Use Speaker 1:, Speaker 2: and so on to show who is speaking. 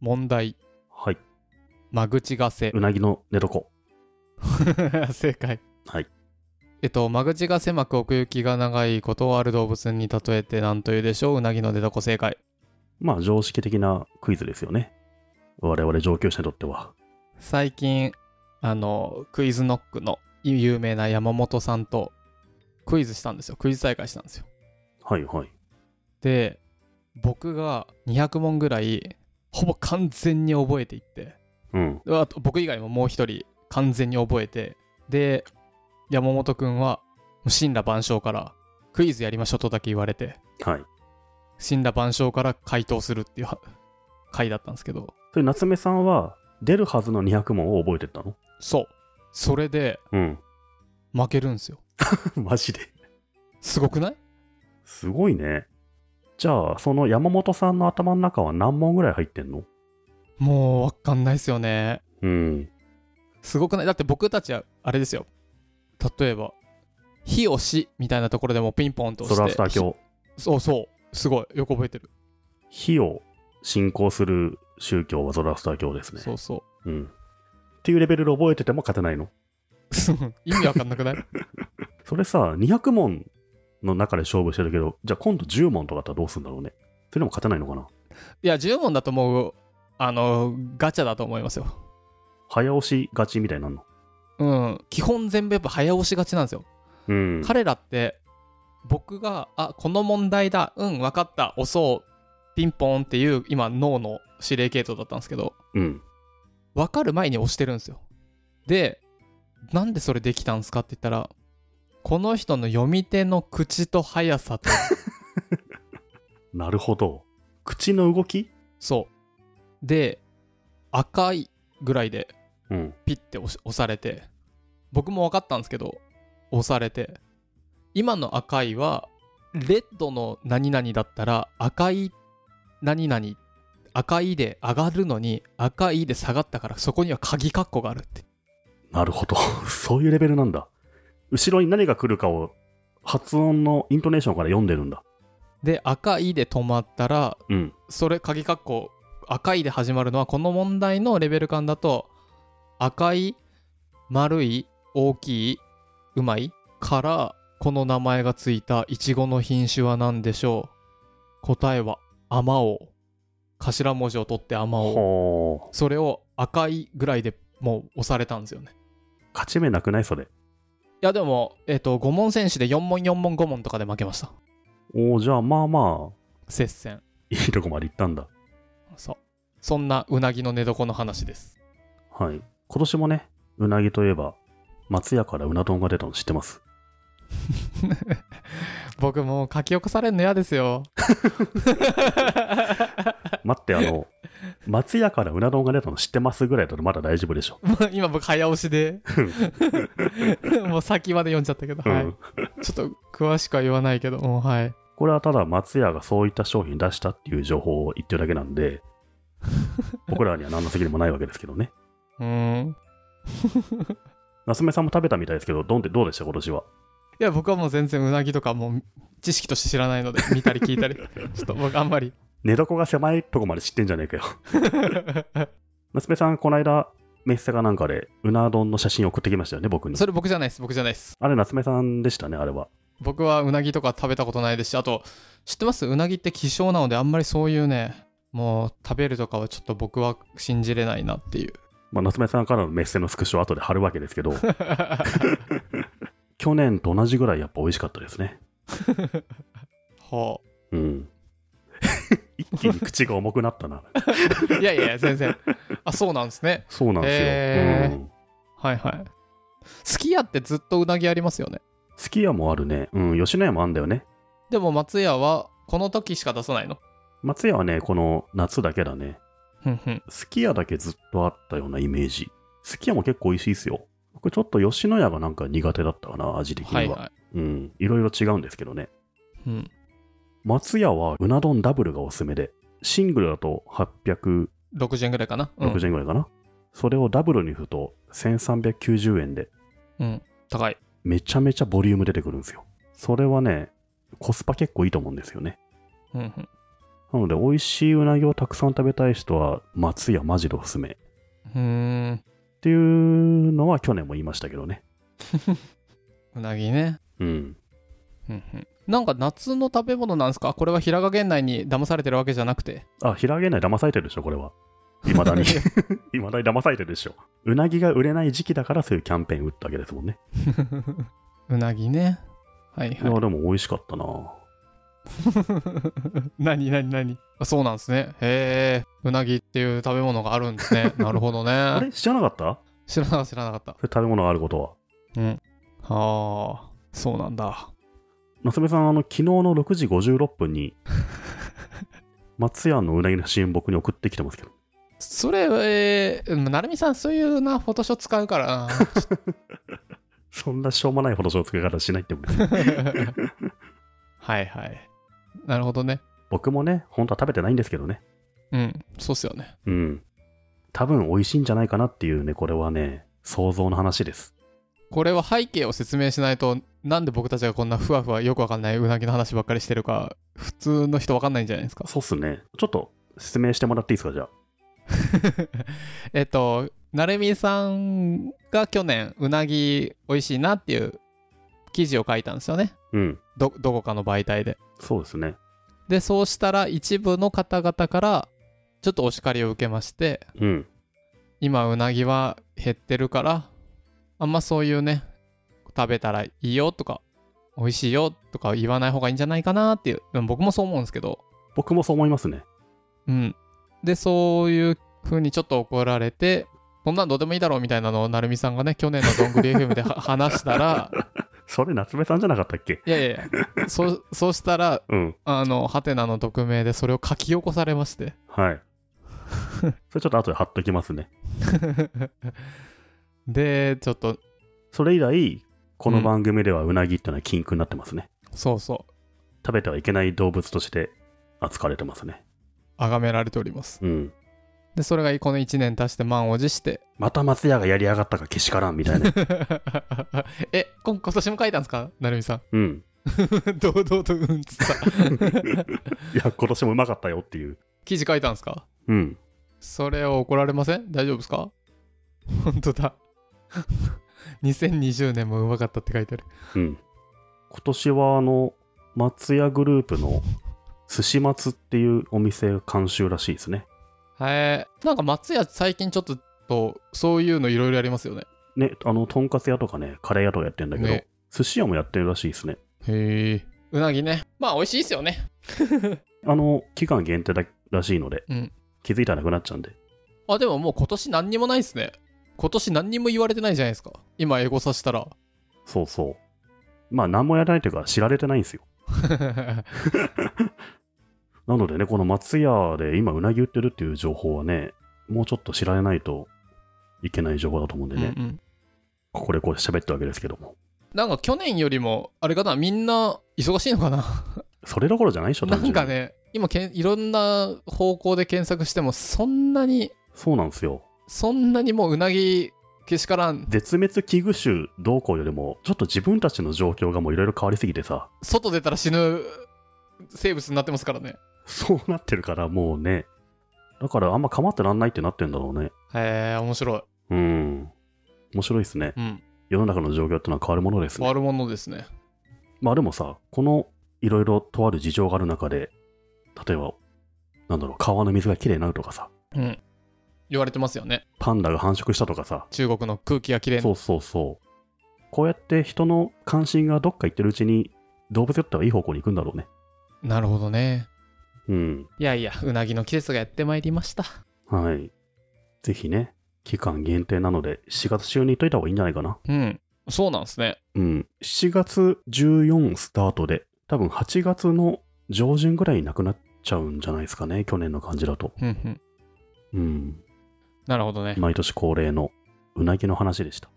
Speaker 1: 問題、
Speaker 2: はい。
Speaker 1: 間口がせ
Speaker 2: う。なぎの寝床。
Speaker 1: 正解。
Speaker 2: はい。
Speaker 1: えっと、間口が狭く奥行きが長いことをある動物に例えて何というでしょううなぎの出所正解。
Speaker 2: まあ、常識的なクイズですよね。我々上級者にとっては。
Speaker 1: 最近、あの、クイズノックの有名な山本さんとクイズしたんですよ。クイズ大会したんですよ。
Speaker 2: はいはい。
Speaker 1: で、僕が200問ぐらい、ほぼ完全に覚えていって、
Speaker 2: うん。
Speaker 1: あと僕以外ももう一人完全に覚えてで山本くんは神羅万象からクイズやりましょうとだけ言われて
Speaker 2: はい。
Speaker 1: 神羅万象から回答するっていうは回だったんですけど
Speaker 2: それ、夏目さんは、出るはずの200問を覚えてったの
Speaker 1: そうそれで
Speaker 2: うん。
Speaker 1: 負けるんですよ
Speaker 2: マジで。
Speaker 1: すごくない
Speaker 2: すごいね。じゃあ、その山本さんの頭の中は何問ぐらい入ってんの
Speaker 1: もうわかんないですよね
Speaker 2: うん。
Speaker 1: すごくないだって僕たちはあれですよ例えば「火をし」みたいなところでもピンポンと押
Speaker 2: そ
Speaker 1: して
Speaker 2: れはスター教。
Speaker 1: そうそうすごいよく覚えてる、
Speaker 2: 火を信仰する宗教はゾラスター教ですね。。
Speaker 1: そうそう
Speaker 2: ん。っていうレベルで覚えてても勝てないの
Speaker 1: う意味わかんなくない
Speaker 2: それさ、200問の中で勝負してるけど、じゃあ今度10問とかだったらどうするんだろうね。それでも勝てないのかない
Speaker 1: や、10問だともう、あの、ガチャだと思いますよ。
Speaker 2: 早押し勝ちみたいになるの。
Speaker 1: うん。基本全部やっぱ早押しがちなんですよ。
Speaker 2: うん。
Speaker 1: 彼らって、僕が、あ、この問題だ、うん、わかった、押そう、ピンポンっていう、今、脳の指令系統だったんですけど、
Speaker 2: うん。
Speaker 1: わかる前に押してるんですよ。で、なんでそれできたんですかって言ったら、この人の読み手の口と速さと、
Speaker 2: なるほど。口の動き
Speaker 1: そう。で、赤いぐらいで、
Speaker 2: うん。
Speaker 1: ピッて押し押されて僕も分かったんですけど押されて今の赤いはレッドの何々だったら赤い何々赤いで上がるのに赤いで下がったからそこには鍵括弧があるって
Speaker 2: なるほど。 そういうレベルなんだ。後ろに何が来るかを発音のイントネーションから読んでるんだ。
Speaker 1: で赤いで止まったら
Speaker 2: うん。
Speaker 1: それ鍵括弧赤いで始まるのはこの問題のレベル感だと赤い丸い大きいうまいからこの名前がついたイチゴの品種は何でしょう答えはあまおう頭文字を取ってあまおう
Speaker 2: ほー。
Speaker 1: それを赤いぐらいでもう押されたんですよね
Speaker 2: 勝ち目なくないそれ。
Speaker 1: いやでもえっ、と5問選手で4問4問5問とかで負けました
Speaker 2: おー、じゃあまあまあ、
Speaker 1: 接戦
Speaker 2: いいとこまで行ったんだ。
Speaker 1: そうそんなうなぎの寝床の話です
Speaker 2: はい。今年もね、うなぎといえば、松屋からうな丼が出たの知ってます。
Speaker 1: 僕もう書き起こされるの嫌ですよ
Speaker 2: 待って、あの、松屋からうな丼が出たの知ってますぐらいだとまだ大丈夫でしょ。
Speaker 1: もう 今僕早押しでもう先まで読んじゃったけど、
Speaker 2: う
Speaker 1: はい
Speaker 2: ん。
Speaker 1: ちょっと詳しくは言わないけどもうはい
Speaker 2: これはただ松屋がそういった商品出したっていう情報を言ってるだけな んで、僕らには何の責任もないわけですけどね。
Speaker 1: うーん
Speaker 2: 夏目さんも食べたみたいですけど、丼ってどうでした今年は。
Speaker 1: いや僕はもう全然うなぎとかもう知識として知らないので見たり聞いたりちょっと僕あんまり
Speaker 2: 寝床が狭いとこまで知ってんじゃねえかよ。 夏目さん、この間、メッセかなんかで、うな丼の写真送ってきましたよね、僕に。
Speaker 1: それ僕じゃないです僕じゃないです
Speaker 2: あれ、夏目さんでしたね、あれは。
Speaker 1: 僕はうなぎとか食べたことないですしあと知ってますうなぎって希少なのであんまりそういうねもう食べるとかはちょっと僕は信じれないなっていう
Speaker 2: まあ、夏目さんからのメッセのスクショを後で貼るわけです けど、去年と同じぐらいやっぱ美味しかったですね。
Speaker 1: ほう
Speaker 2: うん。一気に口が重くなったな。
Speaker 1: いやいやいや、全然。あ、そうなんですね。
Speaker 2: そうなんですよ。
Speaker 1: へー
Speaker 2: うん。
Speaker 1: はいはい。すき家ってずっとうなぎありますよね。
Speaker 2: すき家もあるね。うん、吉野家もあんだよね。
Speaker 1: でも松屋はこの時しか出さないの。
Speaker 2: 松屋はね、この夏だけだね。
Speaker 1: ふんふん。
Speaker 2: すき家だけずっとあったようなイメージ。すき家も結構美味しいですよ。僕ちょっと吉野家がなんか苦手だったかな、味的には。
Speaker 1: はいはい。
Speaker 2: うん、いろいろ違うんですけどね。
Speaker 1: うん、
Speaker 2: 松屋はうな丼ダブルがおすすめで、シングルだと860
Speaker 1: 60円ぐらいかな。うん。
Speaker 2: 円ぐらいかな。それをダブルに振ると1390円で、
Speaker 1: うん、高い。
Speaker 2: めちゃめちゃボリューム出てくるんですよ。それはね、コスパ結構いいと思うんですよね。
Speaker 1: うんふん。
Speaker 2: なので、美味しいうなぎをたくさん食べたい人は、松屋マジでおすすめ。っ
Speaker 1: うーん。
Speaker 2: ていうのは去年も言いましたけどね。
Speaker 1: うなぎね。
Speaker 2: うん。
Speaker 1: うんうんなんか夏の食べ物なんですかこれは平賀源内に騙されてるわけじゃなく て。
Speaker 2: あ、平揚げない騙されてるでしょ、これは。いまだ に。いまだに騙されてるでしょ。うなぎが売れない時期だから、そういうキャンペーン打ったわけですもんね。
Speaker 1: うなぎね。はい
Speaker 2: い
Speaker 1: は
Speaker 2: や、
Speaker 1: い。
Speaker 2: でも美味しかったな
Speaker 1: 何何何あそうなんですね。へえ。うなぎっていう食べ物があるんです ね。なるほど
Speaker 2: あ
Speaker 1: ね。
Speaker 2: れ知らなかった
Speaker 1: 知らなかった知らなかった。
Speaker 2: それ食べ物があることは。
Speaker 1: うん。はあ。そうなんだ。
Speaker 2: 夏目さん、あの、昨日の6時56分 に、松屋のうなぎの写真僕に送ってきてますけど。
Speaker 1: それ、えー、なるみさん、そういうな、フォトショー使うからな。
Speaker 2: そんなしょうもないフォトショー付け方しないってことです
Speaker 1: はいはい。なるほどね。
Speaker 2: 僕もね、本当は食べてないんですけどね。
Speaker 1: うん、そうっすよね。
Speaker 2: うん。多分美味しいんじゃないかなっていうね、これはね、想像の話です。
Speaker 1: これは背景を説明しないと、なんで僕たちがこんなふわふわよくわかんないうなぎの話ばっかりしてるか、普通の人わかんないんじゃないですか。
Speaker 2: そうっすね。ちょっと説明してもらっていいですか、じゃあ。
Speaker 1: えっと、なるみさんが去年、うなぎ美味しいなっていう記事を書いたんですよね。
Speaker 2: うん。
Speaker 1: ど、どこかの媒体で。
Speaker 2: そうですね。
Speaker 1: で、そうしたら一部の方々から、ちょっとお叱りを受けまして、
Speaker 2: うん。
Speaker 1: 今うなぎは減ってるからあんまそういうね食べたらいいよとか美味しいよとか言わない方がいいんじゃないかなっていうでも僕もそう思うんですけど
Speaker 2: 僕もそう思いますね。
Speaker 1: うんでそういう風にちょっと怒られてそんなんどうでもいいだろうみたいなのを成美さんがね去年のどんぐり FM では話したら
Speaker 2: それ夏目さんじゃなかったっけ
Speaker 1: いやいやいやそうそうしたら
Speaker 2: うん。
Speaker 1: あのハテナの匿名でそれを書き起こされまして
Speaker 2: はい。それちょっと後で貼っときますね。
Speaker 1: でちょっと
Speaker 2: それ以来、こ
Speaker 1: う
Speaker 2: の
Speaker 1: ん
Speaker 2: 番組ではうなぎってのは禁句になってますね。
Speaker 1: そうそう
Speaker 2: 食べてはいけない動物として扱われてますね。
Speaker 1: 崇められております
Speaker 2: うん。
Speaker 1: でそれがこの1年足して満を持して
Speaker 2: また松屋がやりやがったかけしからんみたいな。
Speaker 1: え今今年も書いたんですか成美さん
Speaker 2: うん。
Speaker 1: 堂々とうんっつった
Speaker 2: いや、今年もうまかったよっていう。
Speaker 1: 記事書いたんですか
Speaker 2: うん。
Speaker 1: それを怒られません大丈夫ですか本当だ 2020年もうまかったって書いてある
Speaker 2: うん。今年はあの、松屋グループの寿司松っていうお店が監修らしいですね。
Speaker 1: はいなんか松屋最近ちょっととそういうのいろいろやりますよね
Speaker 2: ね、あの、とんかつ屋とかね、カレー屋とかやってんだけど、
Speaker 1: ね
Speaker 2: 寿司屋もやってるらしいですね。
Speaker 1: へえうなぎねまあ美味しいですよね
Speaker 2: あの、期間限定だらしいので、
Speaker 1: うん
Speaker 2: 気づいたらなくなっちゃうんで。
Speaker 1: あでももう今年何にもないですね今年何にも言われてないじゃないですか今エゴさしたら
Speaker 2: そうそう。まあ、何もやらないというか、知られてないんですよ。なのでね、この松屋で今、うなぎ売ってるっていう情報はね、もうちょっと知られないといけない情報だと思うん で
Speaker 1: うん
Speaker 2: ね、
Speaker 1: うん
Speaker 2: ここでこう喋ったわけですけども、
Speaker 1: なんか去年よりも、あれかな、みんな忙しいの かな。
Speaker 2: それどころじゃないでしょ、
Speaker 1: な
Speaker 2: 単純
Speaker 1: ん
Speaker 2: に
Speaker 1: か。ね、今けん、いろんな方向で検索しても、そんなに、
Speaker 2: そうなんですよ。
Speaker 1: そんなにもううなぎけしからん、
Speaker 2: 絶滅危惧種どうこうよりも、ちょっと自分たちの状況がもういろいろ変わりすぎてさ、
Speaker 1: 外出たら死ぬ生物になってますからね。
Speaker 2: そうなってるからもうね、だからあんま構ってらんないってなってんだろうね。
Speaker 1: へえ、面白い。
Speaker 2: うん。面白いですね。
Speaker 1: うん。
Speaker 2: 世の中の状況ってのは変わるものですね。
Speaker 1: 悪者ですね。
Speaker 2: まあでもさ、このいろいろとある事情がある中で、例えば、なんだろう、川の水がきれいになるとかさ、
Speaker 1: うん。言われてますよね。
Speaker 2: パンダが繁殖したとかさ、
Speaker 1: 中国の空気がきれい
Speaker 2: そうそうそう。こうやって人の関心がどっか行ってるうちに、動物だったらいい方向に行くんだろうね。
Speaker 1: なるほどね。
Speaker 2: うん。
Speaker 1: いやいや、うなぎの季節がやってまいりました。
Speaker 2: はい。ぜひね、期間限定なので、7月中に行っといた方がいいんじゃないかな。
Speaker 1: うん。そうなんですね。
Speaker 2: うん。7月14スタートで、多分8月の上旬ぐらいになくなっちゃうんじゃないですかね、去年の感じだと。
Speaker 1: うんうん。
Speaker 2: うん。
Speaker 1: なるほどね。
Speaker 2: 毎年恒例のうなぎの話でした。